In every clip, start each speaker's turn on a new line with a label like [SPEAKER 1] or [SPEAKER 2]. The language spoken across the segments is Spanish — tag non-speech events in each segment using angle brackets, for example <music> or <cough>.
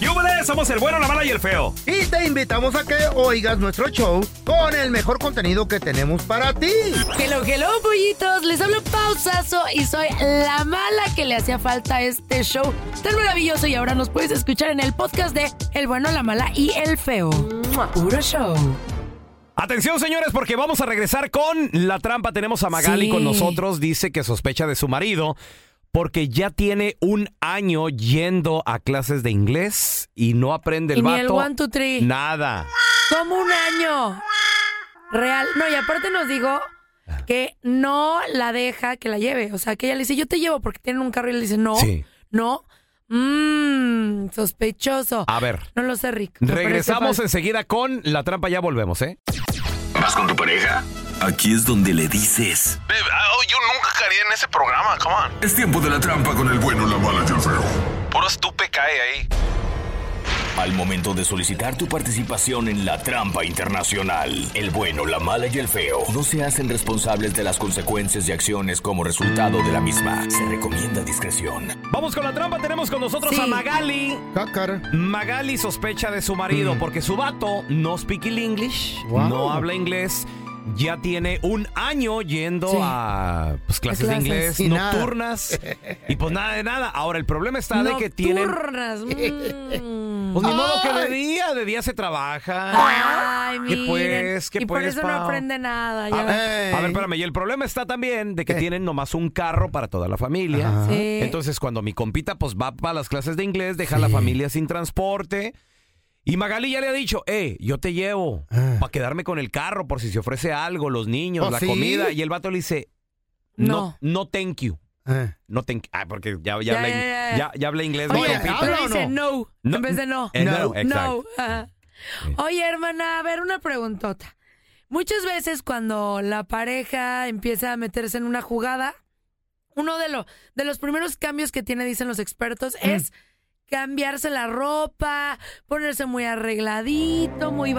[SPEAKER 1] ¡Yúbele! Somos el bueno, la mala y el feo.
[SPEAKER 2] Y te invitamos a que oigas nuestro show con el mejor contenido que tenemos para ti.
[SPEAKER 3] Hello, hello, pollitos. Les hablo pausazo y soy la mala que le hacía falta a este show tan maravilloso. Y ahora nos puedes escuchar en el podcast de El bueno, la mala y el feo. ¡Mua! Puro show.
[SPEAKER 1] Atención, señores, porque vamos a regresar con la trampa. Tenemos a Magali
[SPEAKER 3] Sí.
[SPEAKER 1] con nosotros. Dice que sospecha de su marido porque ya tiene un año yendo a clases de inglés y no aprende el
[SPEAKER 3] y ni el
[SPEAKER 1] vato
[SPEAKER 3] one, two, three.
[SPEAKER 1] nada.
[SPEAKER 3] Como un año. Real. No, y aparte nos dijo que no la deja que la lleve. O sea, que ella le dice, yo te llevo porque tienen un carro y le dice, no,
[SPEAKER 1] Sí.
[SPEAKER 3] no. Mmm, sospechoso.
[SPEAKER 1] A ver,
[SPEAKER 3] No este lo sé, Rick. Me parece
[SPEAKER 1] regresamos
[SPEAKER 3] falso.
[SPEAKER 1] enseguida con la trampa. Ya volvemos, ¿eh?
[SPEAKER 4] ¿Vas con tu pareja?
[SPEAKER 5] Aquí es donde le dices.
[SPEAKER 6] Babe, ah, oh, yo nunca caería en ese programa, come on.
[SPEAKER 5] Es tiempo de la trampa con el bueno, la mala y el feo.
[SPEAKER 6] Puro estupe cae ahí.
[SPEAKER 4] Al momento de solicitar tu participación en la trampa internacional, el bueno, la mala y el feo no se hacen responsables de las consecuencias y acciones como resultado de la misma. Se recomienda discreción.
[SPEAKER 1] Vamos con la trampa. Tenemos con nosotros
[SPEAKER 3] Sí.
[SPEAKER 1] a Magali.
[SPEAKER 2] Cácara.
[SPEAKER 1] Magali sospecha de su marido porque su vato no speak el English,
[SPEAKER 2] Wow.
[SPEAKER 1] no habla inglés. Ya tiene un año yendo
[SPEAKER 3] Sí.
[SPEAKER 1] a pues, clases de
[SPEAKER 3] clases.
[SPEAKER 1] inglés
[SPEAKER 2] Y nada.
[SPEAKER 1] nocturnas
[SPEAKER 3] <laughs>
[SPEAKER 1] y pues nada de nada. Ahora el problema está de que tienen
[SPEAKER 3] Nocturnas,
[SPEAKER 1] <laughs>
[SPEAKER 3] mm.
[SPEAKER 1] pues ni modo que de día, de día se
[SPEAKER 3] Ah.
[SPEAKER 1] trabaja.
[SPEAKER 3] Ay,
[SPEAKER 1] ¿Qué
[SPEAKER 3] miren.
[SPEAKER 1] pues? ¿Qué
[SPEAKER 3] y por
[SPEAKER 1] pues,
[SPEAKER 3] eso
[SPEAKER 1] Pao?
[SPEAKER 3] no aprende nada.
[SPEAKER 1] A
[SPEAKER 3] ya ven.
[SPEAKER 1] ver, Ah, a ver, espérame, y el problema está también de que tienen nomás un carro para toda la familia.
[SPEAKER 2] Ajá.
[SPEAKER 3] Sí.
[SPEAKER 1] Entonces, cuando mi compita pues va para las clases de inglés, deja a la familia sin transporte. Y Magali ya le ha dicho, eh, yo te llevo
[SPEAKER 2] Ah.
[SPEAKER 1] para quedarme con el carro por si se ofrece algo, los niños,
[SPEAKER 2] Pues
[SPEAKER 1] la
[SPEAKER 2] sí.
[SPEAKER 1] comida. Y el vato le dice, no,
[SPEAKER 3] No.
[SPEAKER 1] no, thank you.
[SPEAKER 2] Eh.
[SPEAKER 1] No thank Ah, porque ya, ya,
[SPEAKER 3] Ya,
[SPEAKER 1] habla,
[SPEAKER 3] ya,
[SPEAKER 1] in-
[SPEAKER 3] ya.
[SPEAKER 1] ya- ya habla inglés. mi
[SPEAKER 2] Oye,
[SPEAKER 1] compita.
[SPEAKER 2] ¿habla
[SPEAKER 3] Pero
[SPEAKER 2] o
[SPEAKER 3] dice no,
[SPEAKER 1] No,
[SPEAKER 3] en vez de no.
[SPEAKER 1] eh, no, exacto.
[SPEAKER 3] No. Ajá. Oye, hermana, a ver, una preguntota. Muchas veces cuando la pareja empieza a meterse en una jugada, uno de, lo- de los primeros cambios que tiene, dicen los expertos, es cambiarse la ropa, ponerse muy arregladito, muy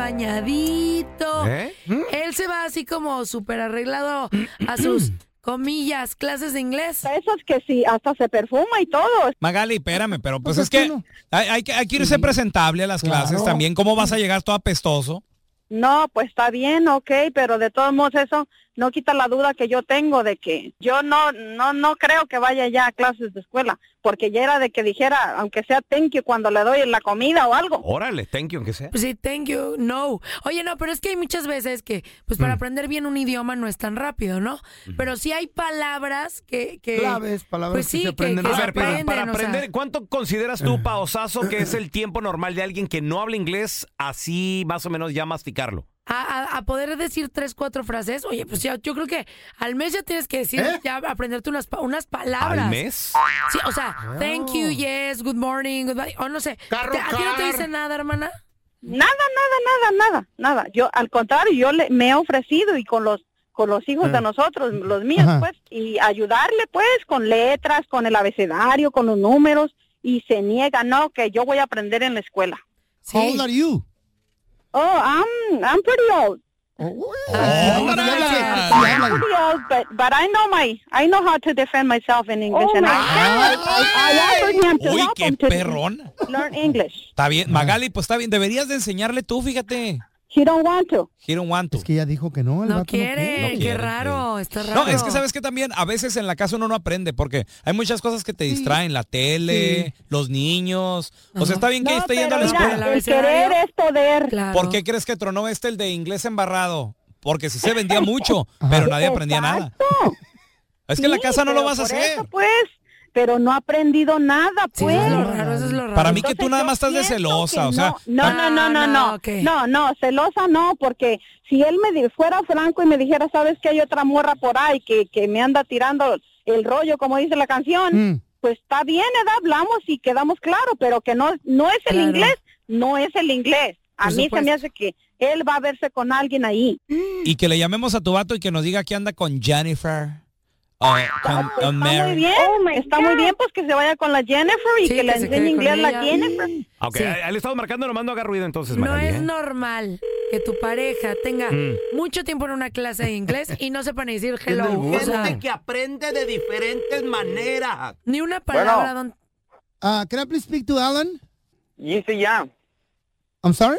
[SPEAKER 3] bañadito.
[SPEAKER 1] ¿Eh?
[SPEAKER 3] Él se va así como súper arreglado
[SPEAKER 1] <clears throat>
[SPEAKER 3] a sus, comillas, clases de inglés.
[SPEAKER 7] Esas que sí, hasta se perfuma y todo.
[SPEAKER 8] Magali, espérame, pero pues
[SPEAKER 2] Pues,
[SPEAKER 8] es que
[SPEAKER 2] ¿cómo?
[SPEAKER 8] hay, hay que hay que irse presentable a las clases también. ¿Cómo vas a llegar todo apestoso?
[SPEAKER 7] No, pues está bien, ok, pero de todos modos eso no quita la duda que yo tengo de que yo no no no creo que vaya ya a clases de escuela, porque ya era de que dijera, aunque sea thank you cuando le doy la comida o algo.
[SPEAKER 1] Órale, thank you,
[SPEAKER 2] ¿Eh?
[SPEAKER 1] aunque sea.
[SPEAKER 3] Pues sí, thank you, no. Oye, no, pero es que hay muchas veces que, pues
[SPEAKER 2] Mm.
[SPEAKER 3] para aprender bien un idioma no es tan rápido, ¿no? Pero sí hay palabras que... que
[SPEAKER 2] Claves, palabras
[SPEAKER 3] pues
[SPEAKER 2] que
[SPEAKER 3] sí,
[SPEAKER 2] se aprenden
[SPEAKER 3] que
[SPEAKER 1] A
[SPEAKER 3] se
[SPEAKER 1] ver, para,
[SPEAKER 3] aprenden,
[SPEAKER 1] para
[SPEAKER 3] o sea.
[SPEAKER 1] aprender, ¿cuánto consideras tú, Paosazo, que es el tiempo normal de alguien que no habla inglés, así más o menos ya masticarlo?
[SPEAKER 3] a, a- a poder decir tres, cuatro frases, oye, pues ya, yo creo que al mes ya tienes que decir,
[SPEAKER 2] ¿Eh?
[SPEAKER 3] ya aprenderte unas, pa- unas palabras.
[SPEAKER 1] ¿Al mes?
[SPEAKER 3] Sí, o sea, thank you, yes, good morning, goodbye, o no sé.
[SPEAKER 2] Ah. Carro,
[SPEAKER 3] ¿Te- ¿A ti no te
[SPEAKER 2] car.
[SPEAKER 3] dice nada, hermana?
[SPEAKER 7] Nada, nada, nada, nada, nada. Yo al contrario, yo le, me he ofrecido y con los con los hijos de nosotros, los míos,
[SPEAKER 2] Ajá.
[SPEAKER 7] pues, y ayudarle, pues, con letras, con el abecedario, con los números, y se niega, no, que yo voy a aprender en la escuela.
[SPEAKER 3] Sí.
[SPEAKER 2] How old are you?
[SPEAKER 7] Oh, I'm I'm pretty old. Videos, but, but I know my I know how to defend myself in English and I, I, I offered him to
[SPEAKER 8] Uy,
[SPEAKER 7] help
[SPEAKER 8] qué
[SPEAKER 7] him to
[SPEAKER 8] perrón.
[SPEAKER 7] learn English.
[SPEAKER 8] Está bien, Magali, pues está bien. Deberías de enseñarle tú, fíjate.
[SPEAKER 7] He don't want to.
[SPEAKER 8] He don't want to. Es
[SPEAKER 2] que ella dijo que no.
[SPEAKER 3] No quiere, qué raro, está raro.
[SPEAKER 8] No, es que sabes que también a veces en la casa uno no aprende porque hay muchas cosas que te distraen, la tele, los niños. O sea, está bien que
[SPEAKER 7] No,
[SPEAKER 8] esté yendo a la
[SPEAKER 7] pero mira,
[SPEAKER 8] escuela.
[SPEAKER 7] el querer es poder.
[SPEAKER 8] ¿Por qué crees que tronó este el de inglés embarrado? Porque sí se
[SPEAKER 3] <laughs>
[SPEAKER 8] vendía mucho, pero nadie aprendía nada. Es que en la
[SPEAKER 7] Sí,
[SPEAKER 8] casa no lo
[SPEAKER 7] pero
[SPEAKER 8] vas a
[SPEAKER 7] por
[SPEAKER 8] hacer.
[SPEAKER 7] eso, pues, pero no ha aprendido nada, pues.
[SPEAKER 8] Para mí que tú nada más estás de celosa, o sea.
[SPEAKER 7] No, no, no, no, no. No, no, celosa no, porque si él me di- fuera franco y me dijera, sabes que hay otra morra por ahí que, que me anda tirando el rollo, como dice la canción,
[SPEAKER 8] Mm.
[SPEAKER 7] pues está bien, ¿verdad? hablamos y quedamos claro, pero que no, no es el
[SPEAKER 9] Claro.
[SPEAKER 7] inglés, no es el inglés. A
[SPEAKER 8] Por
[SPEAKER 7] mí se me
[SPEAKER 8] supuesto.
[SPEAKER 7] hace que él va a verse con alguien ahí.
[SPEAKER 8] Y que le llamemos a tu vato y que nos diga que anda con Jennifer. O con, con
[SPEAKER 7] Ah, pues Está muy
[SPEAKER 8] Mary.
[SPEAKER 7] bien, está muy bien, pues que se vaya con la Jennifer y
[SPEAKER 3] Sí,
[SPEAKER 7] que le
[SPEAKER 3] que se
[SPEAKER 7] enseñe
[SPEAKER 3] quede con
[SPEAKER 7] inglés la
[SPEAKER 3] ella.
[SPEAKER 7] Jennifer.
[SPEAKER 1] Ok,
[SPEAKER 3] Sí.
[SPEAKER 1] ahí le estamos marcando, nomás no haga ruido entonces,
[SPEAKER 3] No
[SPEAKER 1] Magali,
[SPEAKER 7] <laughs>
[SPEAKER 3] es
[SPEAKER 1] ¿eh?
[SPEAKER 3] normal que tu pareja tenga
[SPEAKER 1] Mm.
[SPEAKER 3] mucho tiempo en una clase de inglés y no sepan decir
[SPEAKER 10] Es
[SPEAKER 3] hello. o sea,
[SPEAKER 10] gente que aprende de diferentes maneras.
[SPEAKER 3] ni una palabra. don-
[SPEAKER 2] Uh, can I please speak to Alan?
[SPEAKER 11] Yes, I am.
[SPEAKER 2] I'm sorry?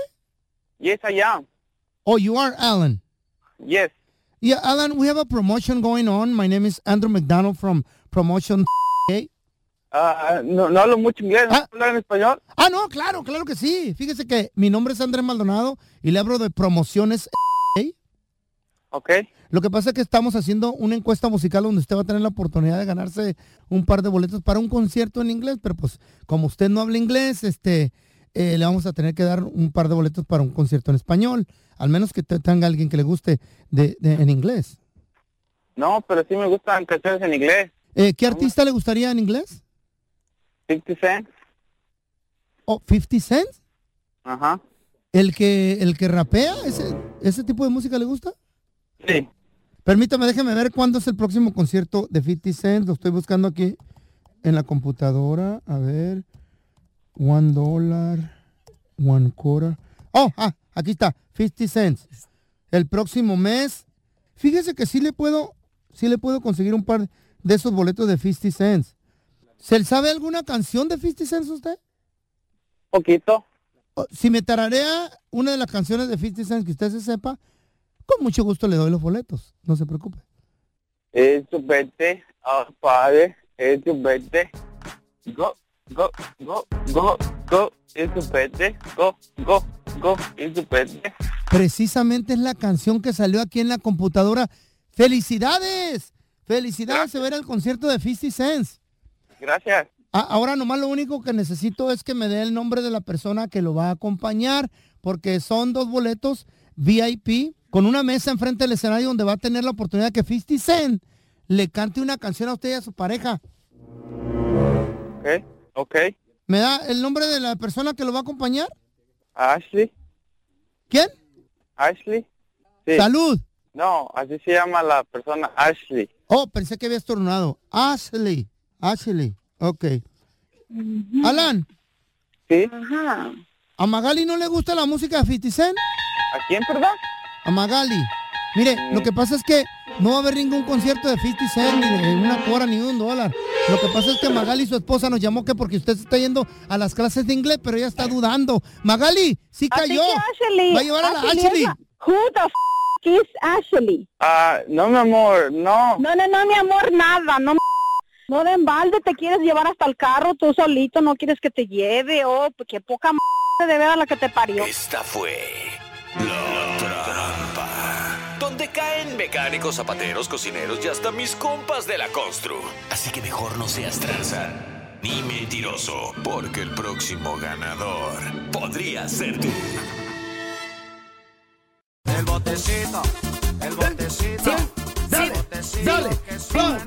[SPEAKER 11] Yes, I am.
[SPEAKER 2] Oh, you are Alan.
[SPEAKER 11] Yes.
[SPEAKER 2] Yeah, Alan, we have a promotion going on. My name is Andrew McDonald from Promotion. okay?
[SPEAKER 11] Ah, ah, no, no hablo mucho inglés,
[SPEAKER 2] Uh,
[SPEAKER 11] ¿no hablo en español?
[SPEAKER 2] Ah, no, claro, claro que sí. Fíjese que mi nombre es Andrés Maldonado y le hablo de promociones. <laughs> ¿ok?
[SPEAKER 11] Ok.
[SPEAKER 2] Lo que pasa es que estamos haciendo una encuesta musical donde usted va a tener la oportunidad de ganarse un par de boletos para un concierto en inglés, pero pues como usted no habla inglés, este, eh, le vamos a tener que dar un par de boletos para un concierto en español, al menos que te- tenga alguien que le guste de, de- en inglés.
[SPEAKER 11] No, pero sí me gustan canciones en inglés.
[SPEAKER 2] Eh, ¿Qué artista le gustaría en inglés?
[SPEAKER 11] 50 Cent.
[SPEAKER 2] ¿O 50 Cent?
[SPEAKER 11] Ajá.
[SPEAKER 2] Oh, ¿El que, el que rapea? ¿Ese, ¿Ese tipo de música le gusta?
[SPEAKER 11] Sí.
[SPEAKER 2] Permítame, déjeme ver cuándo es el próximo concierto de 50 Cent. Lo estoy buscando aquí en la computadora. A ver. One dollar. One quarter. Oh, ah, aquí está. 50 Cent. El próximo mes. Fíjese que sí le puedo, sí le puedo conseguir un par de esos boletos de 50 Cent. ¿Se sabe alguna canción de 50 Cent usted?
[SPEAKER 11] Poquito.
[SPEAKER 2] Si me tararea una de las canciones de 50 Cent que usted se sepa, con mucho gusto le doy los boletos. No se preocupe.
[SPEAKER 11] Es tu verte, ah, padre, es tu verte. Go, go, go, go, go, es tu verte. Go, go, go, es tu verte.
[SPEAKER 2] Precisamente es la canción que salió aquí en la computadora. ¡Felicidades! ¡Felicidades! Se verá el concierto de 50 Cent.
[SPEAKER 11] Gracias.
[SPEAKER 2] A- ahora nomás lo único que necesito es que me dé el nombre de la persona que lo va a acompañar, porque son dos boletos VIP con una mesa enfrente del escenario donde va a tener la oportunidad de que 50 Cent le cante una canción a usted y a su pareja.
[SPEAKER 11] Ok, ok.
[SPEAKER 2] ¿Me da el nombre de la persona que lo va a acompañar?
[SPEAKER 11] Ashley,
[SPEAKER 2] ¿Quién?
[SPEAKER 11] Ashley. Sí.
[SPEAKER 2] Salud.
[SPEAKER 11] No, así se llama la persona, Ashley.
[SPEAKER 2] Oh, pensé que había estornado. Ashley. Ashley. Ok. Alan.
[SPEAKER 11] Sí.
[SPEAKER 2] ¿A Magali no le gusta la música de 50 Cent?
[SPEAKER 11] ¿A quién, perdón? Mm.
[SPEAKER 2] A Magali. Mire, lo que pasa es que no va a haber ningún concierto de 50 Cent, ni de una cora, ni de un dólar. Lo que pasa es que Magali, su esposa, nos llamó que porque usted se está yendo a las clases de inglés, pero ella está dudando. Magali, sí
[SPEAKER 7] Así
[SPEAKER 2] cayó.
[SPEAKER 7] que Ashley,
[SPEAKER 2] va a llevar a la
[SPEAKER 7] Ashley es
[SPEAKER 2] Ashley.
[SPEAKER 7] la- Who the f is Ashley?
[SPEAKER 11] Ah, no, mi amor, no.
[SPEAKER 7] No, no, no, mi amor, nada, no. m- No de embalde te quieres llevar hasta el carro tú solito, no quieres que te lleve, oh, pues, qué poca m de ver a la que te parió.
[SPEAKER 4] Esta fue la trampa. Donde caen mecánicos, zapateros, cocineros y hasta mis compas de la constru. Así que mejor no seas tranza ni mentiroso, porque el próximo ganador podría ser tú.
[SPEAKER 10] El botecito, el botecito.
[SPEAKER 3] Dale,
[SPEAKER 10] dale,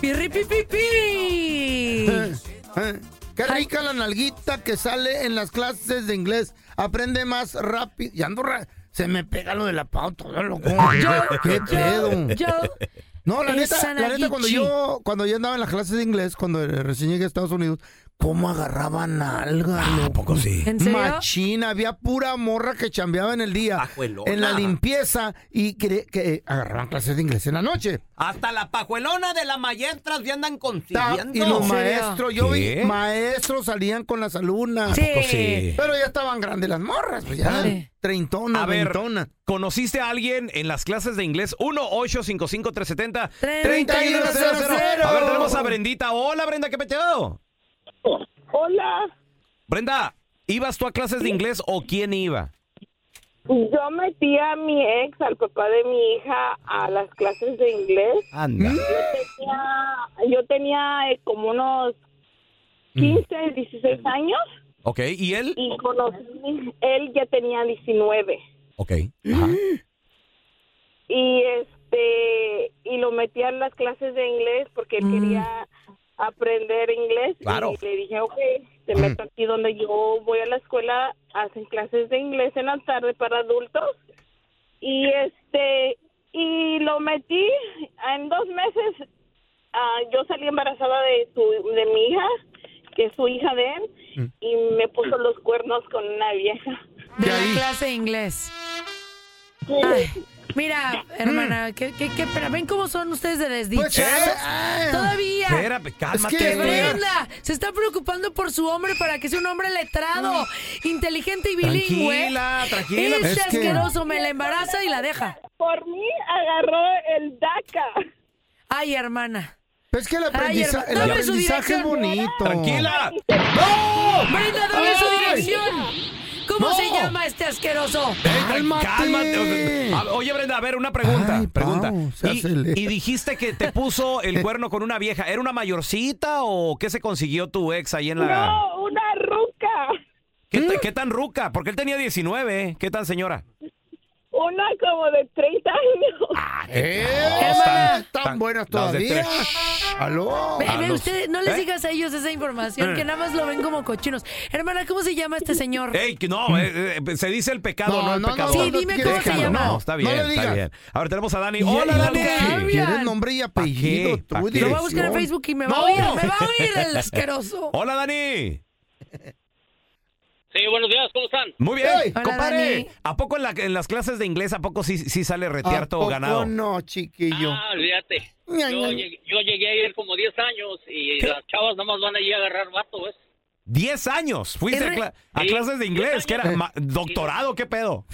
[SPEAKER 3] Pirri, pi, pi, pi.
[SPEAKER 2] Eh, Qué rica la nalguita que sale en las clases de inglés. Aprende más rápido. Y ando ra- Se me pega lo de la pauta, ¿no, loco. ¿Qué
[SPEAKER 3] <laughs> yo,
[SPEAKER 2] pedo?
[SPEAKER 3] yo.
[SPEAKER 2] no, la neta,
[SPEAKER 3] Esa
[SPEAKER 2] la neta, cuando
[SPEAKER 3] nalguichi.
[SPEAKER 2] yo, cuando yo andaba en las clases de inglés, cuando recién llegué a Estados Unidos, ¿Cómo agarraban nalga, loco?
[SPEAKER 1] Ah, poco sí?
[SPEAKER 3] ¿En serio?
[SPEAKER 2] Machina, había pura morra que chambeaba en el día. En la limpieza y que, que agarraban clases de inglés en la noche.
[SPEAKER 10] Hasta la pajuelona de las maestras ya andan
[SPEAKER 2] Ta-
[SPEAKER 10] consiguiendo.
[SPEAKER 2] y los maestros, yo
[SPEAKER 10] ¿Qué?
[SPEAKER 2] vi maestros salían con las alumnas.
[SPEAKER 10] Sí. ¿A poco sí?
[SPEAKER 2] Pero ya estaban grandes las morras, pues ya. Treintona,
[SPEAKER 1] A ver,
[SPEAKER 2] veintona.
[SPEAKER 1] ¿conociste a alguien en las clases de inglés? 1-855-370-3100.
[SPEAKER 2] 3100.
[SPEAKER 1] A ver, tenemos a Brendita. Hola, Brenda, ¿qué peteado?
[SPEAKER 9] Hola,
[SPEAKER 1] Brenda, ¿ibas tú a clases de inglés o quién iba?
[SPEAKER 9] yo metí a mi ex, al papá de mi hija, a las clases de inglés.
[SPEAKER 1] Anda.
[SPEAKER 9] Tenía- yo tenía eh, como unos 15, 16 años
[SPEAKER 1] Ok, Mm. ¿y él?
[SPEAKER 9] y conocí, él ya tenía 19.
[SPEAKER 1] Ok.
[SPEAKER 9] Y este y lo metí a las clases de inglés porque él quería aprender inglés.
[SPEAKER 1] Claro.
[SPEAKER 9] Y le dije, ok, te meto aquí donde yo voy a la escuela, hacen clases de inglés en la tarde para adultos. Y este y lo metí en dos meses. ah, yo salí embarazada de su, de mi hija, que es su hija de él, y me puso los cuernos con una vieja.
[SPEAKER 3] De la clase de inglés. Ay, mira,
[SPEAKER 1] Mm.
[SPEAKER 3] hermana, qué, qué, qué pena. ¿Ven cómo son ustedes de
[SPEAKER 1] Pues,
[SPEAKER 2] Pues,
[SPEAKER 3] desdichados?
[SPEAKER 2] eh,
[SPEAKER 1] ¿eh?
[SPEAKER 3] Todavía.
[SPEAKER 1] Espérate, cálmate,
[SPEAKER 3] Es que
[SPEAKER 1] güey.
[SPEAKER 3] Brenda se está preocupando por su hombre para que sea un hombre letrado, inteligente y bilingüe.
[SPEAKER 1] Tranquila, tranquila.
[SPEAKER 3] Este
[SPEAKER 1] Es que-
[SPEAKER 3] asqueroso me la embaraza y la deja.
[SPEAKER 9] Por mí agarró el DACA.
[SPEAKER 3] Ay, hermana.
[SPEAKER 2] Es que el aprendiza- el aprendizaje es bonito.
[SPEAKER 1] Tranquila.
[SPEAKER 2] ¡No!
[SPEAKER 3] Brenda, dame su
[SPEAKER 2] ¡Ay!
[SPEAKER 3] dirección. ¿Cómo
[SPEAKER 2] ¡No!
[SPEAKER 3] se llama este asqueroso?
[SPEAKER 1] Cálmate. Cálmate. A- Oye, Brenda, a ver, una pregunta. pregunta.
[SPEAKER 2] se acelera.
[SPEAKER 1] y, y dijiste que te puso el cuerno con una vieja. ¿Era una mayorcita o qué se consiguió tu ex ahí en la.?
[SPEAKER 9] No, una ruca.
[SPEAKER 1] ¿Qué, ta- qué tan ruca? Porque él tenía 19. ¿eh? ¿Qué tan señora?
[SPEAKER 9] Una como de 30 años.
[SPEAKER 2] tan, eh, buenas
[SPEAKER 1] las de
[SPEAKER 2] todavía.
[SPEAKER 1] tres.
[SPEAKER 2] Aló.
[SPEAKER 3] Ve- ve
[SPEAKER 1] A los-
[SPEAKER 3] usted, no les
[SPEAKER 1] ¿Eh?
[SPEAKER 3] digas a ellos esa información,
[SPEAKER 1] Eh.
[SPEAKER 3] que nada más lo ven como cochinos. Hermana, ¿cómo se llama este señor?
[SPEAKER 1] Ey, que no, eh, eh, se dice el pecado, no,
[SPEAKER 3] No,
[SPEAKER 1] el
[SPEAKER 3] no, no,
[SPEAKER 1] pecado.
[SPEAKER 3] sí, dime cómo se
[SPEAKER 1] Déjalo,
[SPEAKER 3] llama.
[SPEAKER 1] No, está
[SPEAKER 3] No
[SPEAKER 1] bien,
[SPEAKER 3] le
[SPEAKER 1] está
[SPEAKER 3] digas.
[SPEAKER 1] bien. A ver, tenemos a Dani.
[SPEAKER 2] Y-
[SPEAKER 1] Hola,
[SPEAKER 2] y-
[SPEAKER 1] Dani.
[SPEAKER 2] ¿Qué? ¿Quieres nombre y
[SPEAKER 1] ¿Pa'
[SPEAKER 2] apellido?
[SPEAKER 1] qué? ¿Pa'
[SPEAKER 2] tú,
[SPEAKER 1] qué?
[SPEAKER 3] Lo voy a buscar en Facebook y me va a oír, me va a oír el asqueroso.
[SPEAKER 1] <laughs> Hola, Dani.
[SPEAKER 12] Sí, buenos días, ¿cómo están?
[SPEAKER 1] Muy bien. Compadre, ¿a poco en, la- en las clases de inglés, a poco sí, sí sale
[SPEAKER 2] ¿A
[SPEAKER 1] retierto o
[SPEAKER 2] poco
[SPEAKER 1] ganado?
[SPEAKER 2] no, chiquillo.
[SPEAKER 12] Ah, olvídate.
[SPEAKER 2] Ña,
[SPEAKER 12] Yo,
[SPEAKER 2] ña.
[SPEAKER 12] llegué- yo llegué a ir como 10 años y las chavas nomás van allí a agarrar vato, ¿ves?
[SPEAKER 1] Diez años. Fuiste a, cla- a
[SPEAKER 12] Sí,
[SPEAKER 1] clases de
[SPEAKER 12] diez
[SPEAKER 1] inglés, que era
[SPEAKER 12] años.
[SPEAKER 1] ma- doctorado, ¿qué
[SPEAKER 3] <laughs>
[SPEAKER 1] pedo?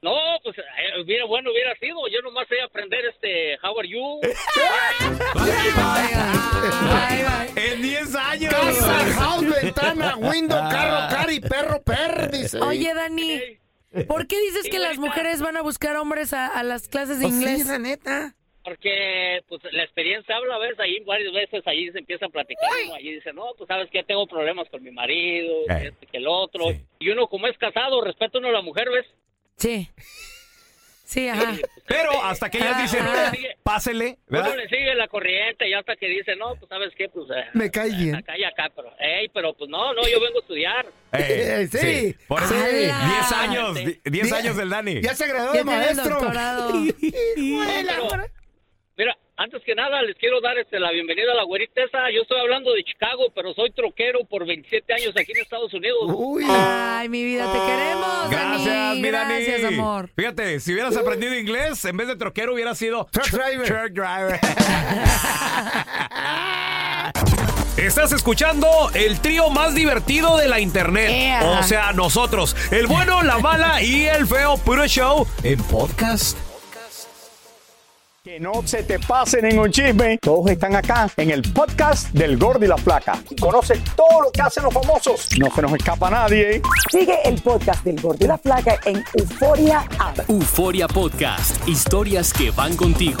[SPEAKER 12] No, pues eh, hubiera bueno hubiera sido. Yo nomás sé aprender este How
[SPEAKER 2] <laughs>
[SPEAKER 12] are you.
[SPEAKER 1] En 10 años.
[SPEAKER 2] Casa, house, ventana, window,
[SPEAKER 1] Ah.
[SPEAKER 2] carro, cari, perro, perro, dice.
[SPEAKER 3] Oye, Dani, ¿por qué dices que las mujeres van a buscar hombres a, a las clases de
[SPEAKER 2] Pues sí,
[SPEAKER 3] inglés?
[SPEAKER 2] la neta.
[SPEAKER 12] Porque pues la experiencia habla, ¿ves? Ahí varias veces ahí se empieza a platicar. uno, Ahí dice, no, pues sabes que tengo problemas con mi marido, que este, que el otro. Y uno como es casado, respeta uno a la mujer, ¿ves?
[SPEAKER 3] Sí. Sí, ajá. Ah.
[SPEAKER 1] Pero
[SPEAKER 12] Este,
[SPEAKER 1] hasta que ellas dicen, pásele,
[SPEAKER 12] Uno
[SPEAKER 1] ¿verdad?
[SPEAKER 12] le sigue la corriente y hasta que dice, no, pues sabes qué, pues eh,
[SPEAKER 2] Me cae bien.
[SPEAKER 12] acá y acá, pero, ey, pero pues no, no, yo vengo a estudiar.
[SPEAKER 1] Eh,
[SPEAKER 2] sí.
[SPEAKER 1] Por eso,
[SPEAKER 2] ¡Hala!
[SPEAKER 1] 10 años, di- 10
[SPEAKER 2] Ya-
[SPEAKER 1] años del Dani.
[SPEAKER 2] Ya se graduó
[SPEAKER 12] Ya
[SPEAKER 2] de
[SPEAKER 12] tiene el
[SPEAKER 2] maestro. <laughs>
[SPEAKER 12] doctorado. Mira, antes que nada les quiero dar este, la bienvenida a la güerita esa. Yo estoy hablando de Chicago, pero soy troquero por 27 años aquí en Estados Unidos.
[SPEAKER 2] Uh,
[SPEAKER 3] Ay, mi vida, te queremos, Dani.
[SPEAKER 1] Gracias, mi Dani.
[SPEAKER 3] Gracias, amor.
[SPEAKER 1] Fíjate, si hubieras aprendido inglés, en vez de troquero hubiera sido truck driver. <laughs> Estás escuchando el trío más divertido de la internet.
[SPEAKER 3] Eh,
[SPEAKER 4] Ea.
[SPEAKER 1] O sea, nosotros, el bueno, la mala y el feo puro show en podcast.
[SPEAKER 13] Que no se te pase ningún chisme. Todos están acá en el podcast del Gordi y la Flaca. Y conoce todo lo que hacen los famosos. No se nos escapa nadie. Sigue el podcast del Gordi y la Flaca en Euforia
[SPEAKER 14] Euforia Podcast, historias que van contigo.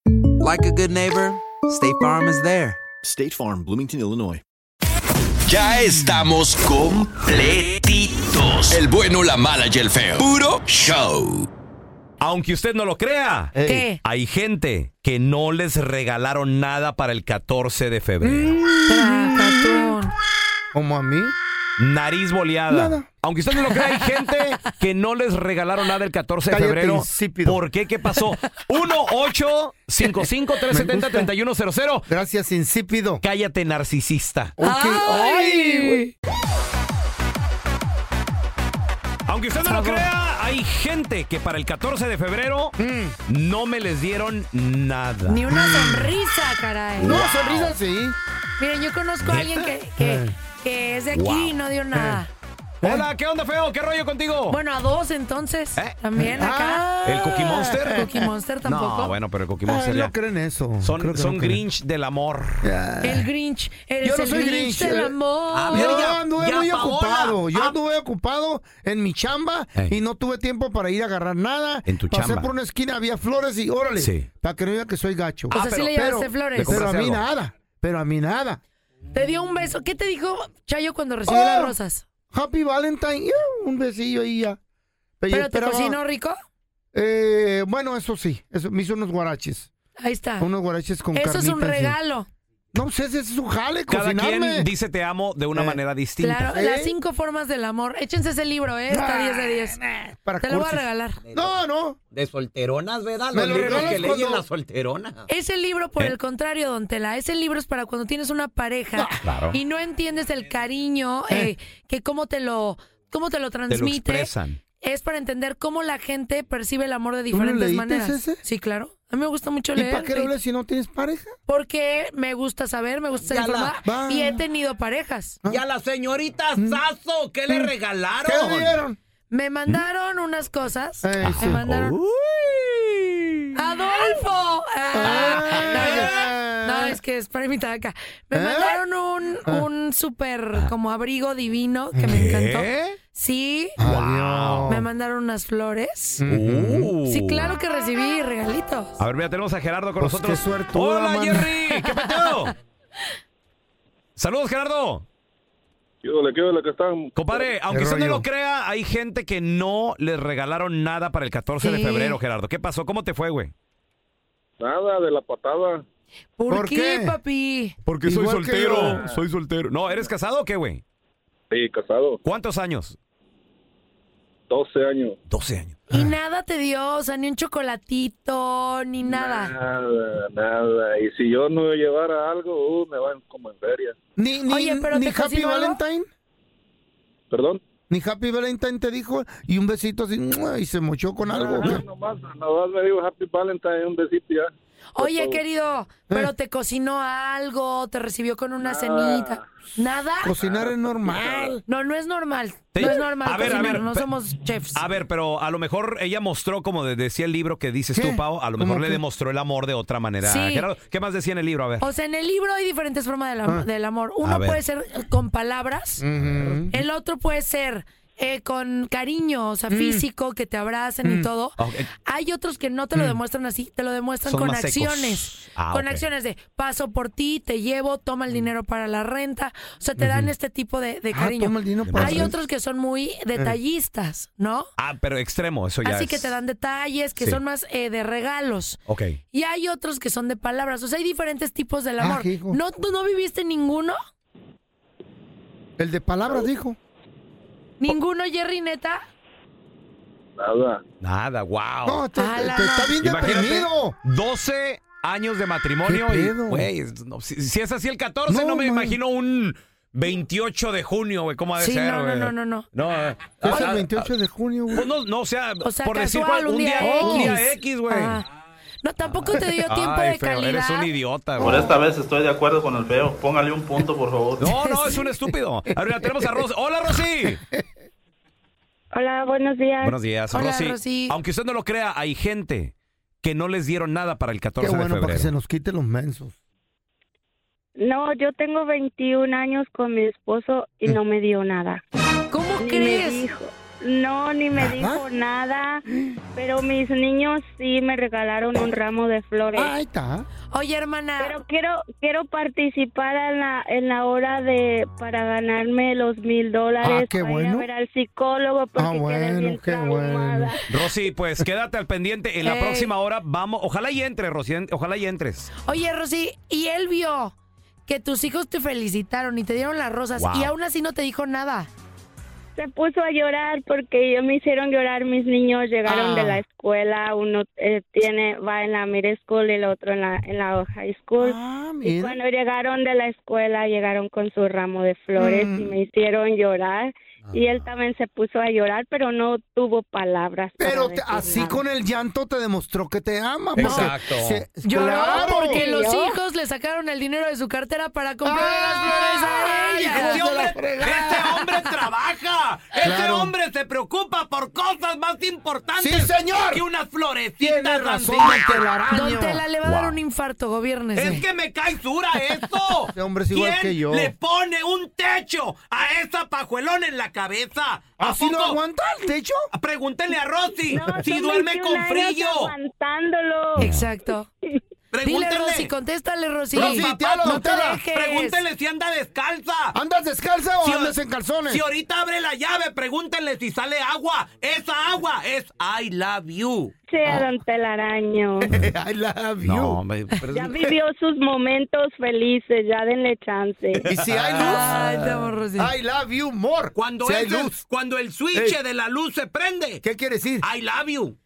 [SPEAKER 15] like a good neighbor, State Farm is there. State Farm, Bloomington, Illinois.
[SPEAKER 4] Ya estamos completitos. El bueno, la mala y el feo. Puro show.
[SPEAKER 1] Aunque usted no lo crea,
[SPEAKER 3] ¿Qué?
[SPEAKER 1] hay gente que no les regalaron nada para el 14 de febrero.
[SPEAKER 2] Mm. ¿Como a mí?
[SPEAKER 1] Nariz boleada.
[SPEAKER 2] Nada.
[SPEAKER 1] Aunque usted no lo crea, hay
[SPEAKER 2] <laughs>
[SPEAKER 1] gente que no les regalaron nada el 14 de
[SPEAKER 2] Cállate,
[SPEAKER 1] febrero.
[SPEAKER 2] insípido.
[SPEAKER 1] ¿Por qué? ¿Qué
[SPEAKER 2] <laughs>
[SPEAKER 1] pasó? 1 8 55 370 3100
[SPEAKER 2] Gracias, insípido.
[SPEAKER 1] Cállate, narcisista.
[SPEAKER 2] ¡Ay!
[SPEAKER 1] Aunque usted no lo crea, hay gente que para el 14 de febrero no me les dieron nada.
[SPEAKER 3] Ni una sonrisa, caray.
[SPEAKER 1] No, Wow. sonrisa
[SPEAKER 2] sí.
[SPEAKER 3] Miren, yo conozco a alguien que, que, que es de aquí
[SPEAKER 1] Wow.
[SPEAKER 3] y no dio nada.
[SPEAKER 1] Hola, ¿qué onda, feo? ¿Qué rollo
[SPEAKER 2] Oh.
[SPEAKER 1] contigo?
[SPEAKER 3] Bueno, a dos entonces.
[SPEAKER 2] ¿Eh?
[SPEAKER 3] También
[SPEAKER 2] Ah.
[SPEAKER 3] acá.
[SPEAKER 1] ¿El Cookie Monster?
[SPEAKER 3] El Cookie Monster tampoco.
[SPEAKER 1] No, bueno, pero el Cookie Monster
[SPEAKER 2] Ay,
[SPEAKER 1] ya-
[SPEAKER 2] no creen eso.
[SPEAKER 1] Son,
[SPEAKER 2] Creo que
[SPEAKER 1] son
[SPEAKER 2] no creen.
[SPEAKER 1] Grinch del amor.
[SPEAKER 3] El Grinch. Eres
[SPEAKER 2] Yo no
[SPEAKER 3] el
[SPEAKER 2] soy Grinch.
[SPEAKER 3] Grinch, del
[SPEAKER 2] eh.
[SPEAKER 3] amor.
[SPEAKER 1] Ah,
[SPEAKER 2] yo anduve muy ocupado. Yo anduve ocupado en mi chamba
[SPEAKER 1] Ey.
[SPEAKER 2] y no tuve tiempo para ir a agarrar nada.
[SPEAKER 1] En tu
[SPEAKER 2] Pasé
[SPEAKER 1] chamba.
[SPEAKER 2] por una esquina, había flores y órale.
[SPEAKER 1] Sí.
[SPEAKER 2] Para que no diga que soy gacho.
[SPEAKER 3] O sea, Ah, sí pero- le llevaste flores.
[SPEAKER 1] ¿Le
[SPEAKER 2] Pero a
[SPEAKER 1] compraste
[SPEAKER 2] mí
[SPEAKER 1] algo?
[SPEAKER 2] nada. Pero a mí nada.
[SPEAKER 3] Te dio un beso. ¿Qué te dijo Chayo cuando recibió
[SPEAKER 2] Oh,
[SPEAKER 3] las rosas?
[SPEAKER 2] Happy Valentine. ¡Iu! Un besillo y ya. yo
[SPEAKER 3] ¿Pero te
[SPEAKER 2] esperaba-
[SPEAKER 3] cocinó rico?
[SPEAKER 2] Eh, bueno, eso sí. Eso, me hizo unos guaraches.
[SPEAKER 3] Ahí está.
[SPEAKER 2] Unos guaraches con
[SPEAKER 3] Eso es un
[SPEAKER 2] carnitas y-
[SPEAKER 3] regalo.
[SPEAKER 2] No, pues ese es un jale,
[SPEAKER 1] Cada
[SPEAKER 2] cocinarme.
[SPEAKER 1] quien dice te amo de una manera distinta.
[SPEAKER 3] Claro,
[SPEAKER 2] ¿Eh?
[SPEAKER 3] las cinco formas del amor. Échense ese libro, ¿eh? Está 10 de 10. Te lo voy a
[SPEAKER 10] cursis.
[SPEAKER 3] regalar.
[SPEAKER 2] No, no.
[SPEAKER 10] De solteronas, ¿verdad?
[SPEAKER 3] Me
[SPEAKER 10] Los
[SPEAKER 3] lo
[SPEAKER 10] libros
[SPEAKER 3] regalas
[SPEAKER 10] que
[SPEAKER 3] cuando-
[SPEAKER 10] leyen las solteronas.
[SPEAKER 3] Ese libro, por
[SPEAKER 10] ¿Eh?
[SPEAKER 3] el contrario, Don Tela, ese libro es para cuando tienes una pareja
[SPEAKER 1] claro.
[SPEAKER 3] y no entiendes el cariño, eh, que cómo te lo, cómo te lo
[SPEAKER 1] Te lo
[SPEAKER 3] transmite.
[SPEAKER 1] expresan.
[SPEAKER 3] es para entender cómo la gente percibe el amor de
[SPEAKER 2] ¿Tú lo
[SPEAKER 3] diferentes
[SPEAKER 2] leíste
[SPEAKER 3] maneras.
[SPEAKER 2] ese?
[SPEAKER 3] Sí, claro. A mí me gusta mucho
[SPEAKER 2] ¿Y
[SPEAKER 3] leer.
[SPEAKER 2] para qué lo lees si no tienes pareja?
[SPEAKER 3] Porque me gusta saber, me gusta ser
[SPEAKER 10] Ya la-
[SPEAKER 3] informada
[SPEAKER 10] va.
[SPEAKER 3] y he tenido parejas.
[SPEAKER 10] Y a la señorita Sazo, ¿qué le regalaron?
[SPEAKER 3] ¿Qué dieron? Me mandaron unas cosas. me
[SPEAKER 10] sí.
[SPEAKER 3] mandaron. ¡Adolfo!
[SPEAKER 2] Ah.
[SPEAKER 3] Ah, no, no, no, es que es para imitar acá.
[SPEAKER 2] ¿Eh?
[SPEAKER 3] Me mandaron un,
[SPEAKER 2] Ah.
[SPEAKER 3] un súper como abrigo divino que me encantó. Sí.
[SPEAKER 1] Wow.
[SPEAKER 3] Me mandaron unas flores.
[SPEAKER 1] Uh.
[SPEAKER 3] Sí, claro que recibí regalitos.
[SPEAKER 1] A ver, mira, tenemos a Gerardo con
[SPEAKER 2] Pues
[SPEAKER 1] nosotros.
[SPEAKER 2] qué suerte,
[SPEAKER 1] Hola,
[SPEAKER 2] mano.
[SPEAKER 1] Jerry. ¿Qué <laughs> pasó? Saludos, Gerardo. Compadre, aunque
[SPEAKER 16] ¿Qué
[SPEAKER 1] usted no
[SPEAKER 16] rollo?
[SPEAKER 1] lo crea, hay gente que no les regalaron nada para el 14 de
[SPEAKER 16] Sí.
[SPEAKER 1] febrero, Gerardo. ¿Qué pasó? ¿Cómo te fue, güey?
[SPEAKER 16] Nada, de la patada.
[SPEAKER 3] ¿Por,
[SPEAKER 16] ¿Por
[SPEAKER 3] qué,
[SPEAKER 16] qué?
[SPEAKER 3] papi?
[SPEAKER 1] Porque soy
[SPEAKER 16] Igual que
[SPEAKER 1] soltero.
[SPEAKER 16] yo.
[SPEAKER 1] Soy soltero. No, ¿eres casado o qué, güey?
[SPEAKER 16] Sí, casado.
[SPEAKER 1] ¿Cuántos años?
[SPEAKER 16] 12 años.
[SPEAKER 1] 12 años.
[SPEAKER 3] Y nada te dio, o sea, ni un chocolatito, ni nada.
[SPEAKER 16] Nada, nada. Y si yo no llevara algo, uh, me van como en feria.
[SPEAKER 2] Ni, ni,
[SPEAKER 3] Oye, pero
[SPEAKER 2] ni
[SPEAKER 3] ¿te
[SPEAKER 2] Happy
[SPEAKER 3] cocinó algo?
[SPEAKER 2] Valentine.
[SPEAKER 16] ¿Perdón?
[SPEAKER 2] Ni Happy Valentine te dijo. Y un besito así. ¡mua! Y se mochó con algo. ¿o qué?
[SPEAKER 16] Nada, nomás, nomás me digo Happy Valentine, un besito y ya.
[SPEAKER 3] Oye,
[SPEAKER 16] todo.
[SPEAKER 3] querido,
[SPEAKER 1] Eh.
[SPEAKER 3] pero te cocinó algo, te recibió con una cenita. ¿Nada?
[SPEAKER 2] Cocinar es normal.
[SPEAKER 3] No, no es normal.
[SPEAKER 1] Sí.
[SPEAKER 3] No es normal
[SPEAKER 1] A ver, a
[SPEAKER 3] cocinar,
[SPEAKER 1] ver,
[SPEAKER 3] no
[SPEAKER 1] pe-
[SPEAKER 3] somos chefs.
[SPEAKER 1] A ver, pero a lo mejor ella mostró, como de- decía el libro que dices tú, Pau, a lo mejor le demostró el amor de otra manera.
[SPEAKER 3] Sí.
[SPEAKER 1] Gerardo, ¿qué más decía en el libro? A ver.
[SPEAKER 3] O sea, en el libro hay diferentes formas del, am-
[SPEAKER 1] Ah.
[SPEAKER 3] del amor.
[SPEAKER 1] A
[SPEAKER 3] Uno
[SPEAKER 1] ver. Mm.
[SPEAKER 3] puede ser eh, con palabras, el otro puede ser eh, con cariño, o sea,
[SPEAKER 1] Mm.
[SPEAKER 3] físico, que te abracen y todo.
[SPEAKER 1] Ok.
[SPEAKER 3] Hay otros que no te lo demuestran así, te lo demuestran
[SPEAKER 1] Hmm. Son
[SPEAKER 3] con
[SPEAKER 1] más secos.
[SPEAKER 3] acciones.
[SPEAKER 1] Ah,
[SPEAKER 3] con
[SPEAKER 1] ok. Hmm.
[SPEAKER 3] acciones de paso por ti, te llevo, toma el dinero para la renta. O sea, te dan este tipo de, de
[SPEAKER 1] Ah,
[SPEAKER 3] cariño.
[SPEAKER 1] toma el dinero para la
[SPEAKER 3] Hay
[SPEAKER 1] renta.
[SPEAKER 3] otros que son muy detallistas, ¿no?
[SPEAKER 1] Ah, pero extremo, eso ya
[SPEAKER 3] Así
[SPEAKER 1] es.
[SPEAKER 3] que te dan detalles que
[SPEAKER 1] Sí.
[SPEAKER 3] son más eh, de regalos.
[SPEAKER 1] Ok.
[SPEAKER 3] Y hay otros que son de palabras. O sea, hay diferentes tipos del
[SPEAKER 1] Ah,
[SPEAKER 3] amor.
[SPEAKER 1] hijo.
[SPEAKER 3] ¿No, tú ¿No viviste ninguno?
[SPEAKER 2] El de palabras dijo.
[SPEAKER 3] ¿Ninguno, Jerry, neta?
[SPEAKER 1] Nada. Nada, wow.
[SPEAKER 2] No, te- te- te está bien
[SPEAKER 1] Imagínate,
[SPEAKER 2] deprimido.
[SPEAKER 1] 12 años de matrimonio
[SPEAKER 2] ¿Qué
[SPEAKER 1] y,
[SPEAKER 2] pedo?
[SPEAKER 1] güey, es- no, si, si es así el 14, no,
[SPEAKER 3] No,
[SPEAKER 1] me
[SPEAKER 3] man.
[SPEAKER 1] imagino un 28 de junio, güey, ¿cómo ha de
[SPEAKER 3] Sí,
[SPEAKER 1] ser,
[SPEAKER 3] no, no,
[SPEAKER 1] güey?
[SPEAKER 3] no, no, no.
[SPEAKER 1] No, eh,
[SPEAKER 2] ¿Qué
[SPEAKER 1] ah,
[SPEAKER 2] es
[SPEAKER 1] ah,
[SPEAKER 2] el 28 de junio, güey?
[SPEAKER 1] pues no, no, o sea,
[SPEAKER 3] O sea,
[SPEAKER 1] por decir
[SPEAKER 3] casual,
[SPEAKER 1] cual,
[SPEAKER 3] un día
[SPEAKER 1] un día
[SPEAKER 3] X.
[SPEAKER 1] X, güey. Ah.
[SPEAKER 3] Ajá. No, tampoco te dio tiempo
[SPEAKER 1] Ay,
[SPEAKER 3] de
[SPEAKER 1] feo,
[SPEAKER 3] calidad.
[SPEAKER 1] eres un idiota,
[SPEAKER 17] Por
[SPEAKER 1] güey.
[SPEAKER 17] esta vez estoy de acuerdo con el feo. Póngale un punto, por favor.
[SPEAKER 1] No,
[SPEAKER 3] <laughs>
[SPEAKER 1] no, es un estúpido. Ahora tenemos a Rosy. ¡Hola, Rosy!
[SPEAKER 18] Hola, buenos días.
[SPEAKER 1] Buenos días, Rosy. Aunque usted no lo crea, hay gente que no les dieron nada para el 14
[SPEAKER 2] Qué bueno para
[SPEAKER 1] de
[SPEAKER 2] que
[SPEAKER 1] febrero.
[SPEAKER 2] se nos quiten los mensos.
[SPEAKER 18] No, yo tengo 21 años con mi esposo y no me dio nada.
[SPEAKER 3] ¿Cómo
[SPEAKER 18] crees? no, ni me dijo nada, pero mis niños sí me regalaron un ramo de flores.
[SPEAKER 2] Ahí está.
[SPEAKER 3] Oye, hermana.
[SPEAKER 18] Pero quiero quiero participar en la, en la hora de para ganarme los mil dólares.
[SPEAKER 1] Ah, qué
[SPEAKER 18] para ir a
[SPEAKER 1] bueno. Ah,
[SPEAKER 18] ver al psicólogo porque quedé bien traumada.
[SPEAKER 1] Rosy, pues quédate al pendiente. En la
[SPEAKER 3] Ey.
[SPEAKER 1] próxima hora vamos. Ojalá y entres, Rosy. en- Ojalá y entres.
[SPEAKER 3] Oye, Rosy, y él vio que tus hijos te felicitaron y te dieron las rosas
[SPEAKER 1] Wow.
[SPEAKER 3] y aún así no te dijo nada.
[SPEAKER 18] Se puso a llorar porque ellos me hicieron llorar. Mis niños llegaron
[SPEAKER 2] Ah.
[SPEAKER 18] de la escuela. Uno eh, tiene va en la middle school y el otro en la, en la high school. y
[SPEAKER 2] Ah,
[SPEAKER 19] mira.
[SPEAKER 18] cuando llegaron de la escuela, llegaron con su ramo de flores
[SPEAKER 2] Mm.
[SPEAKER 18] y me hicieron llorar. Y
[SPEAKER 2] Ah.
[SPEAKER 18] él también se puso a llorar, pero no tuvo palabras. para
[SPEAKER 2] Pero te-
[SPEAKER 18] decir
[SPEAKER 2] así
[SPEAKER 18] nada.
[SPEAKER 2] con el llanto te demostró que te ama. porque
[SPEAKER 18] Exacto.
[SPEAKER 3] Oh.
[SPEAKER 2] se-
[SPEAKER 18] Lloró
[SPEAKER 2] claro.
[SPEAKER 3] Porque los hijos le sacaron el dinero de su cartera para comprarle las flores a ella.
[SPEAKER 10] Este hombre, este hombre trabaja. Este
[SPEAKER 3] Claro.
[SPEAKER 10] hombre se preocupa por cosas más importantes.
[SPEAKER 3] ¡Sí, señor!
[SPEAKER 10] Que unas florecitas.
[SPEAKER 3] Tiene razón,
[SPEAKER 10] rancitas.
[SPEAKER 3] don Telaraño. Don Tela, le va a dar un infarto, gobiernese.
[SPEAKER 10] Es que me cae sura <laughs> esto.
[SPEAKER 2] Este hombre es igual
[SPEAKER 10] ¿Quién
[SPEAKER 2] que yo.
[SPEAKER 10] Le pone un techo a esa pajuelona en la cabeza.
[SPEAKER 2] ¿Así no aguanta el techo?
[SPEAKER 10] Pregúntenle a Rosy
[SPEAKER 18] No,
[SPEAKER 10] si
[SPEAKER 18] son
[SPEAKER 10] duerme
[SPEAKER 18] 21
[SPEAKER 10] con
[SPEAKER 18] años
[SPEAKER 10] frío.
[SPEAKER 18] Aguantándolo.
[SPEAKER 3] Exacto. Dile,
[SPEAKER 10] Pregúntale.
[SPEAKER 3] Rosy, contéstale, Rosy.
[SPEAKER 10] Rosy, tía
[SPEAKER 3] no te
[SPEAKER 10] Lontela,
[SPEAKER 3] dejes.
[SPEAKER 10] Pregúntenle si anda descalza.
[SPEAKER 2] ¿Andas descalza o
[SPEAKER 10] Si-
[SPEAKER 2] andas en calzones?
[SPEAKER 10] Si ahorita abre la llave, pregúntenle si sale agua. Esa agua es I love you.
[SPEAKER 18] Sí, don Telaraño.
[SPEAKER 2] Ah. <laughs> I love
[SPEAKER 1] No, me- pero-
[SPEAKER 18] Ya vivió sus momentos felices, ya denle chance.
[SPEAKER 2] Y si hay luz, I love you more.
[SPEAKER 10] Cuando,
[SPEAKER 2] si hay
[SPEAKER 10] ese-
[SPEAKER 2] luz.
[SPEAKER 10] cuando el switch
[SPEAKER 2] Ey.
[SPEAKER 10] de la luz se prende.
[SPEAKER 2] ¿Qué quiere decir?
[SPEAKER 10] I love you.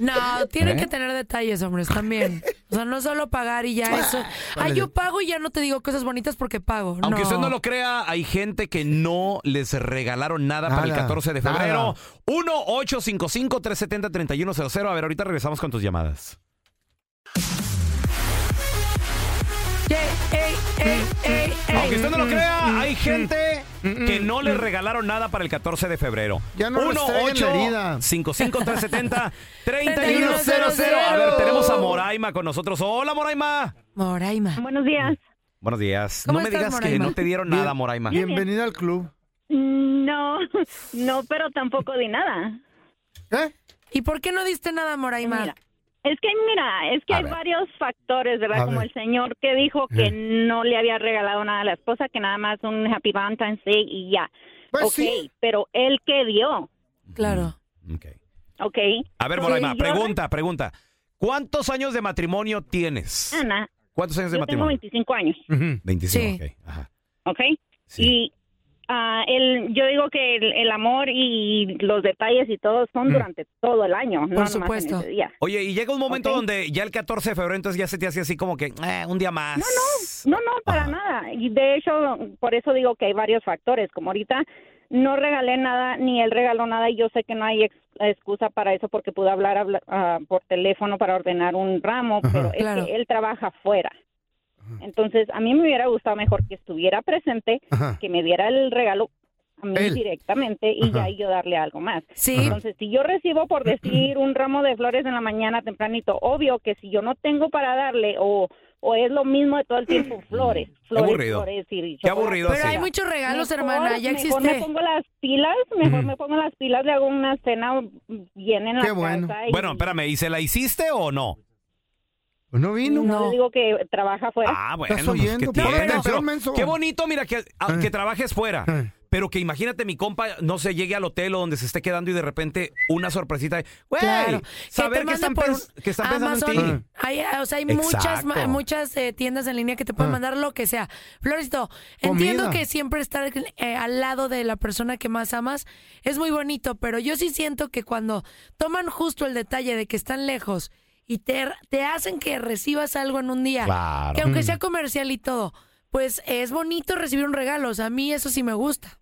[SPEAKER 3] No, tienen
[SPEAKER 10] ¿Eh?
[SPEAKER 3] que tener detalles, hombres, también. O sea, no solo pagar y ya eso. Ah, yo pago y ya no te digo cosas bonitas porque pago.
[SPEAKER 1] Aunque
[SPEAKER 3] no.
[SPEAKER 1] usted no lo crea, hay gente que no les regalaron nada, para el
[SPEAKER 2] Nada,
[SPEAKER 1] 14 de febrero. 1-855-370-3100. A ver, ahorita regresamos con tus llamadas.
[SPEAKER 3] Ye- ey, ey, ey, ey.
[SPEAKER 1] Aunque usted no lo
[SPEAKER 3] Mm,
[SPEAKER 1] crea,
[SPEAKER 3] mm,
[SPEAKER 1] hay
[SPEAKER 3] mm.
[SPEAKER 1] gente
[SPEAKER 3] mm,
[SPEAKER 1] que no les
[SPEAKER 3] mm.
[SPEAKER 1] regalaron nada para el 14 de febrero.
[SPEAKER 2] Ya no restreguen la herida. <laughs>
[SPEAKER 1] 1-855-370-3100. A ver, tenemos a Moraima con nosotros. Hola, Moraima.
[SPEAKER 3] Moraima.
[SPEAKER 18] Buenos días.
[SPEAKER 1] Buenos días. No
[SPEAKER 18] ¿Cómo
[SPEAKER 1] me
[SPEAKER 18] estás,
[SPEAKER 1] digas que
[SPEAKER 18] Moraima?
[SPEAKER 1] no te dieron
[SPEAKER 18] Bien-
[SPEAKER 1] nada, Moraima.
[SPEAKER 18] bienvenida
[SPEAKER 2] al club.
[SPEAKER 18] No, no, pero tampoco di nada.
[SPEAKER 3] ¿Y por qué no diste nada, Moraima?
[SPEAKER 18] Es que mira, es que
[SPEAKER 3] A
[SPEAKER 18] hay
[SPEAKER 3] ver.
[SPEAKER 18] varios factores, ¿verdad?
[SPEAKER 3] A
[SPEAKER 18] Como
[SPEAKER 3] ver.
[SPEAKER 18] el señor que dijo que no le había regalado nada a la esposa, que nada más un Happy Valentine's Day y ya.
[SPEAKER 3] Pues
[SPEAKER 18] ok, pero él que dio,
[SPEAKER 3] Claro.
[SPEAKER 18] ok.
[SPEAKER 1] A ver,
[SPEAKER 18] Sí,
[SPEAKER 1] Moraima,
[SPEAKER 18] yo-
[SPEAKER 1] pregunta, pregunta. ¿Cuántos años de matrimonio tienes?
[SPEAKER 18] Ana,
[SPEAKER 1] ¿Cuántos años de
[SPEAKER 18] yo tengo
[SPEAKER 1] matrimonio?
[SPEAKER 18] 25 años,
[SPEAKER 1] 25,
[SPEAKER 18] Sí.
[SPEAKER 1] ok. Ah. Ajá.
[SPEAKER 18] ok. Y ah, el, yo digo que el, el amor y los detalles y todo son durante todo el año, no nomás en ese día.
[SPEAKER 1] Oye, y llega un momento donde ya el 14 de febrero, entonces ya se te hace así como que eh, un día más. No,
[SPEAKER 20] Pues,
[SPEAKER 18] No, no, para nada. Y de hecho, por eso digo que hay varios factores. Como ahorita no regalé nada, ni él regaló nada, y yo sé que no hay ex- excusa para eso porque pude hablar, habla- ah, por teléfono para ordenar un ramo, pero es
[SPEAKER 20] Claro.
[SPEAKER 18] que él trabaja fuera. Entonces, a mí me hubiera gustado mejor que estuviera presente,
[SPEAKER 20] Ajá.
[SPEAKER 18] que me diera el regalo a mí
[SPEAKER 20] Él.
[SPEAKER 18] directamente y
[SPEAKER 20] Ajá.
[SPEAKER 18] ya yo darle algo más.
[SPEAKER 20] Sí.
[SPEAKER 18] Entonces, si yo recibo por decir un ramo de flores en la mañana tempranito, obvio que si yo no tengo para darle o o es lo mismo de todo el tiempo flores, flores,
[SPEAKER 1] Mm. aburrido.
[SPEAKER 18] flores y
[SPEAKER 1] Qué aburrido
[SPEAKER 18] chocolate.
[SPEAKER 1] Pero así. hay
[SPEAKER 3] muchos regalos,
[SPEAKER 18] Mejor-
[SPEAKER 3] hermana,
[SPEAKER 18] mejor
[SPEAKER 3] ya existe.
[SPEAKER 18] me pongo las pilas, mejor me pongo las pilas, le hago una cena bien en la casa y
[SPEAKER 1] Bueno, espérame, ¿y se la hiciste o no?
[SPEAKER 2] no vino.
[SPEAKER 18] no le digo que trabaja fuera.
[SPEAKER 1] pues,
[SPEAKER 2] Eh.
[SPEAKER 1] Ah, bueno, pues, ¿qué tiene? Pero qué bonito, mira, que, a- que Ah, trabajes fuera. Pero que imagínate mi compa, no sé, llegue al hotel o donde se esté quedando y de repente una sorpresita de, güey,
[SPEAKER 3] Claro.
[SPEAKER 1] saber que, están, pens- que están pensando en ti.
[SPEAKER 3] Hay, eh, o sea, hay
[SPEAKER 1] Exacto.
[SPEAKER 3] muchas, ma- muchas eh, tiendas en línea que te pueden
[SPEAKER 1] Ah.
[SPEAKER 3] mandar lo que sea. Florito,
[SPEAKER 2] Comida.
[SPEAKER 3] entiendo que siempre estar eh, al lado de la persona que más amas es muy bonito, pero yo sí siento que cuando toman justo el detalle de que están lejos y te, te hacen que recibas algo en un día,
[SPEAKER 1] Claro.
[SPEAKER 3] que aunque sea
[SPEAKER 1] Mm.
[SPEAKER 3] comercial y todo, pues es bonito recibir un regalo. O sea, a mí eso sí me gusta.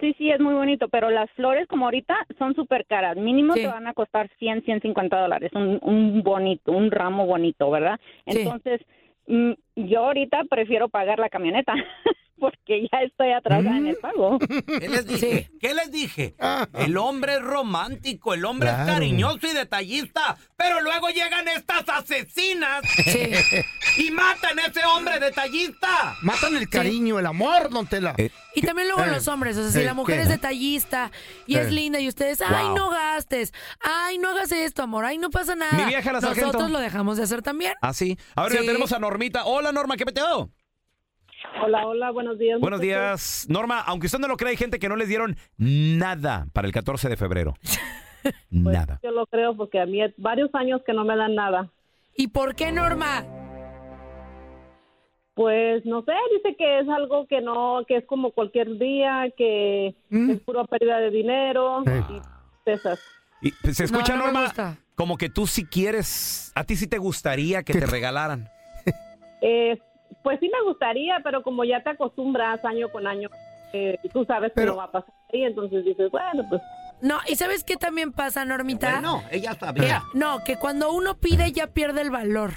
[SPEAKER 18] Sí, sí, es muy bonito, pero las flores como ahorita son súper caras. Mínimo te van a costar 100, 150 dólares, un, un bonito, un ramo bonito, ¿verdad?
[SPEAKER 3] Sí.
[SPEAKER 18] Entonces, mm, yo ahorita prefiero pagar la camioneta <laughs> porque ya estoy atrasada en el pago.
[SPEAKER 10] ¿Qué les dije? ¿Qué les dije?
[SPEAKER 2] Ah.
[SPEAKER 10] El hombre es romántico, el hombre
[SPEAKER 1] Claro.
[SPEAKER 10] es cariñoso y detallista, pero luego llegan estas asesinas y matan a ese hombre detallista.
[SPEAKER 2] Matan el cariño, el amor, don Tela.
[SPEAKER 3] Y también luego
[SPEAKER 2] Eh,
[SPEAKER 3] los hombres, o sea, si
[SPEAKER 2] eh,
[SPEAKER 3] la mujer
[SPEAKER 2] ¿qué?
[SPEAKER 3] es detallista y es
[SPEAKER 2] Eh.
[SPEAKER 3] linda y ustedes, ay,
[SPEAKER 1] Wow.
[SPEAKER 3] no gastes, ay, no hagas esto, amor, ay, no pasa nada.
[SPEAKER 1] Mi vieja la sargento.
[SPEAKER 3] Nosotros lo dejamos de hacer también.
[SPEAKER 1] Ah, sí. A ver, ya
[SPEAKER 3] Sí.
[SPEAKER 1] tenemos a Normita. Hola, Norma, ¿qué peteo?
[SPEAKER 21] Hola, hola, buenos días.
[SPEAKER 1] Buenos
[SPEAKER 21] muchachos.
[SPEAKER 1] días. Norma, aunque usted no lo crea, hay gente que no les dieron nada para el 14 de febrero. nada.
[SPEAKER 21] Yo lo creo porque a mí es varios años que no me dan nada.
[SPEAKER 3] ¿Y por qué, Norma?
[SPEAKER 21] Pues no sé, dice que es algo que no, que es como cualquier día, que
[SPEAKER 3] Mm.
[SPEAKER 21] es pura pérdida de dinero
[SPEAKER 1] Sí.
[SPEAKER 21] y pesas.
[SPEAKER 1] Y pues, se
[SPEAKER 21] No,
[SPEAKER 1] escucha,
[SPEAKER 21] no me
[SPEAKER 1] Norma,
[SPEAKER 21] gusta.
[SPEAKER 1] como que tú sí quieres, a ti sí te gustaría que te regalaran.
[SPEAKER 21] Eh, pues sí me gustaría, pero como ya te acostumbras año con año, eh, tú sabes que no va a pasar y entonces dices, bueno, pues
[SPEAKER 3] No, Ah, ¿y sabes qué también pasa, Normita? No,
[SPEAKER 10] ella
[SPEAKER 3] sabía. no, que cuando uno pide ya pierde el valor.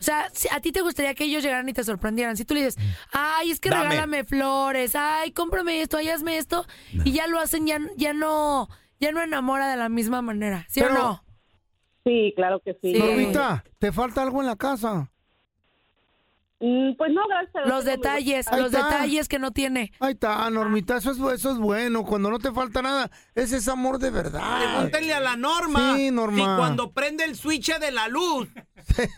[SPEAKER 3] O sea, si a ti te gustaría que ellos llegaran y te sorprendieran. Si tú le dices, ay, es que
[SPEAKER 5] Dame.
[SPEAKER 3] regálame flores, ay, cómprame esto, ay, hazme esto, y ya lo hacen, ya, ya no, ya no enamora de la misma manera, ¿sí o
[SPEAKER 2] Pero-
[SPEAKER 3] no?
[SPEAKER 21] sí, claro que sí.
[SPEAKER 2] Normita, ¿te falta algo en la casa?
[SPEAKER 21] pues no, gracias.
[SPEAKER 3] Los detalles,
[SPEAKER 2] Ahí
[SPEAKER 3] los
[SPEAKER 2] está.
[SPEAKER 3] detalles que no tiene.
[SPEAKER 2] Ahí está, Normita, eso es, eso es bueno. Cuando no te falta nada, ese es amor de verdad.
[SPEAKER 10] Pregúntenle a la norma.
[SPEAKER 2] Sí, Norma.
[SPEAKER 10] Si cuando prende el switch de la luz,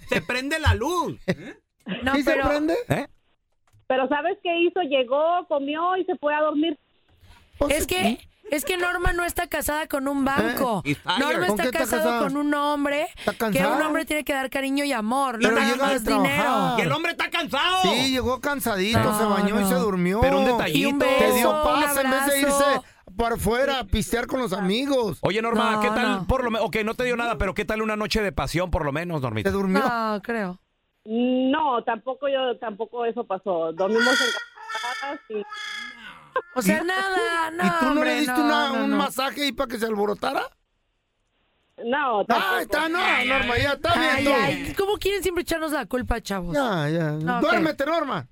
[SPEAKER 10] se prende la luz.
[SPEAKER 1] ¿Eh?
[SPEAKER 3] No, ¿Sí se pero- prende?
[SPEAKER 21] Pero ¿sabes qué hizo? Llegó, comió y se fue a dormir.
[SPEAKER 2] Pues
[SPEAKER 3] Es que, es que Norma no está casada con un banco.
[SPEAKER 2] Ah,
[SPEAKER 21] Eh, y-
[SPEAKER 3] Norma
[SPEAKER 21] ¿Con qué
[SPEAKER 3] está
[SPEAKER 21] está
[SPEAKER 3] casada
[SPEAKER 21] casada?
[SPEAKER 3] con un hombre que
[SPEAKER 2] cansada?
[SPEAKER 3] un hombre tiene que dar cariño y amor, no
[SPEAKER 2] Pero
[SPEAKER 3] nada
[SPEAKER 2] llega de
[SPEAKER 3] más dinero.
[SPEAKER 2] trabajar. Y el
[SPEAKER 10] hombre está cansado.
[SPEAKER 2] Sí, llegó cansadito, se bañó y se durmió.
[SPEAKER 1] Pero un detallito. Y un
[SPEAKER 2] Te
[SPEAKER 1] beso,
[SPEAKER 2] dio paz
[SPEAKER 1] un
[SPEAKER 2] en vez de
[SPEAKER 1] abrazo.
[SPEAKER 2] irse para afuera a pistear con los amigos.
[SPEAKER 1] Oye, Norma,
[SPEAKER 2] No,
[SPEAKER 1] ¿qué tal?
[SPEAKER 2] no.
[SPEAKER 1] Por lo menos, ok, no te dio nada, pero ¿qué tal una noche de pasión, por lo menos, Normita? ¿Te
[SPEAKER 2] durmió?
[SPEAKER 3] No, creo.
[SPEAKER 21] No, tampoco yo, tampoco eso pasó. Dormimos en y
[SPEAKER 3] O sea, nada, no.
[SPEAKER 2] ¿Y tú no
[SPEAKER 3] hombre,
[SPEAKER 2] le diste
[SPEAKER 3] no,
[SPEAKER 2] una-
[SPEAKER 3] no,
[SPEAKER 2] un
[SPEAKER 3] no.
[SPEAKER 2] masaje ahí para que se alborotara?
[SPEAKER 21] No,
[SPEAKER 2] Ah, está, no, Norma, ya está bien.
[SPEAKER 3] Ay,
[SPEAKER 2] tú.
[SPEAKER 3] ay, ¿cómo quieren siempre echarnos la culpa, chavos?
[SPEAKER 2] Ya, ya.
[SPEAKER 3] No, ok.
[SPEAKER 2] Duérmete, Norma.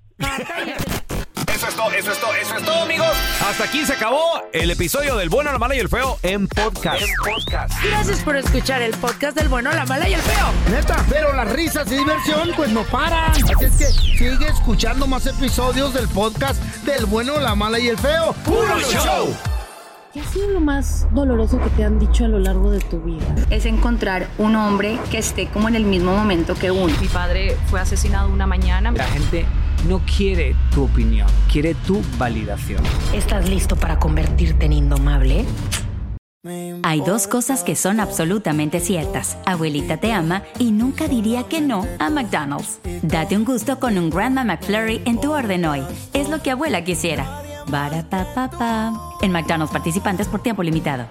[SPEAKER 4] Eso es todo, eso es todo, eso es todo, amigos.
[SPEAKER 1] Hasta aquí se acabó el episodio del bueno, la mala y el feo en podcast.
[SPEAKER 3] Gracias por escuchar el podcast del bueno, la mala y el feo.
[SPEAKER 2] Neta, pero las risas y diversión pues no paran. Así es que sigue escuchando más episodios del podcast del bueno, la mala y el feo.
[SPEAKER 4] ¡Puro show!
[SPEAKER 19] ¿Qué ha sido lo más doloroso que te han dicho a lo largo de tu vida?
[SPEAKER 20] es encontrar un hombre que esté como en el mismo momento que uno. Mi padre fue asesinado una mañana.
[SPEAKER 22] La gente no quiere tu opinión, quiere tu validación.
[SPEAKER 23] ¿Estás listo para convertirte en indomable?
[SPEAKER 20] Hay dos cosas que son absolutamente ciertas. Abuelita te ama y nunca diría que no a McDonald's. Date un gusto con un Grandma McFlurry en tu orden hoy. Es lo que abuela quisiera. Barapapapa. En McDonald's participantes por tiempo limitado.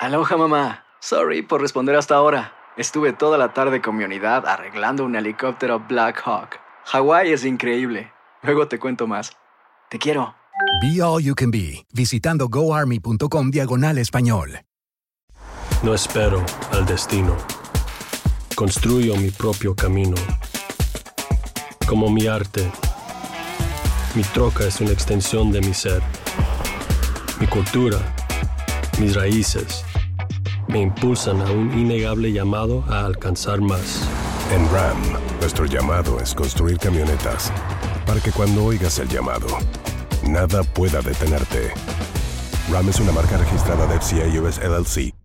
[SPEAKER 22] Aloha mamá. Sorry por responder hasta ahora. Estuve toda la tarde con mi unidad arreglando un helicóptero Black Hawk. Hawái es increíble. Luego te cuento más. Te quiero.
[SPEAKER 24] Be All You Can Be, visitando goarmy.com diagonal español.
[SPEAKER 25] No espero al destino. Construyo mi propio camino. Como mi arte. Mi troca es una extensión de mi ser. Mi cultura. Mis raíces. Me impulsan a un innegable llamado a alcanzar más.
[SPEAKER 26] En RAM, nuestro llamado es construir camionetas para que cuando oigas el llamado, nada pueda detenerte. RAM es una marca registrada de FCA US LLC.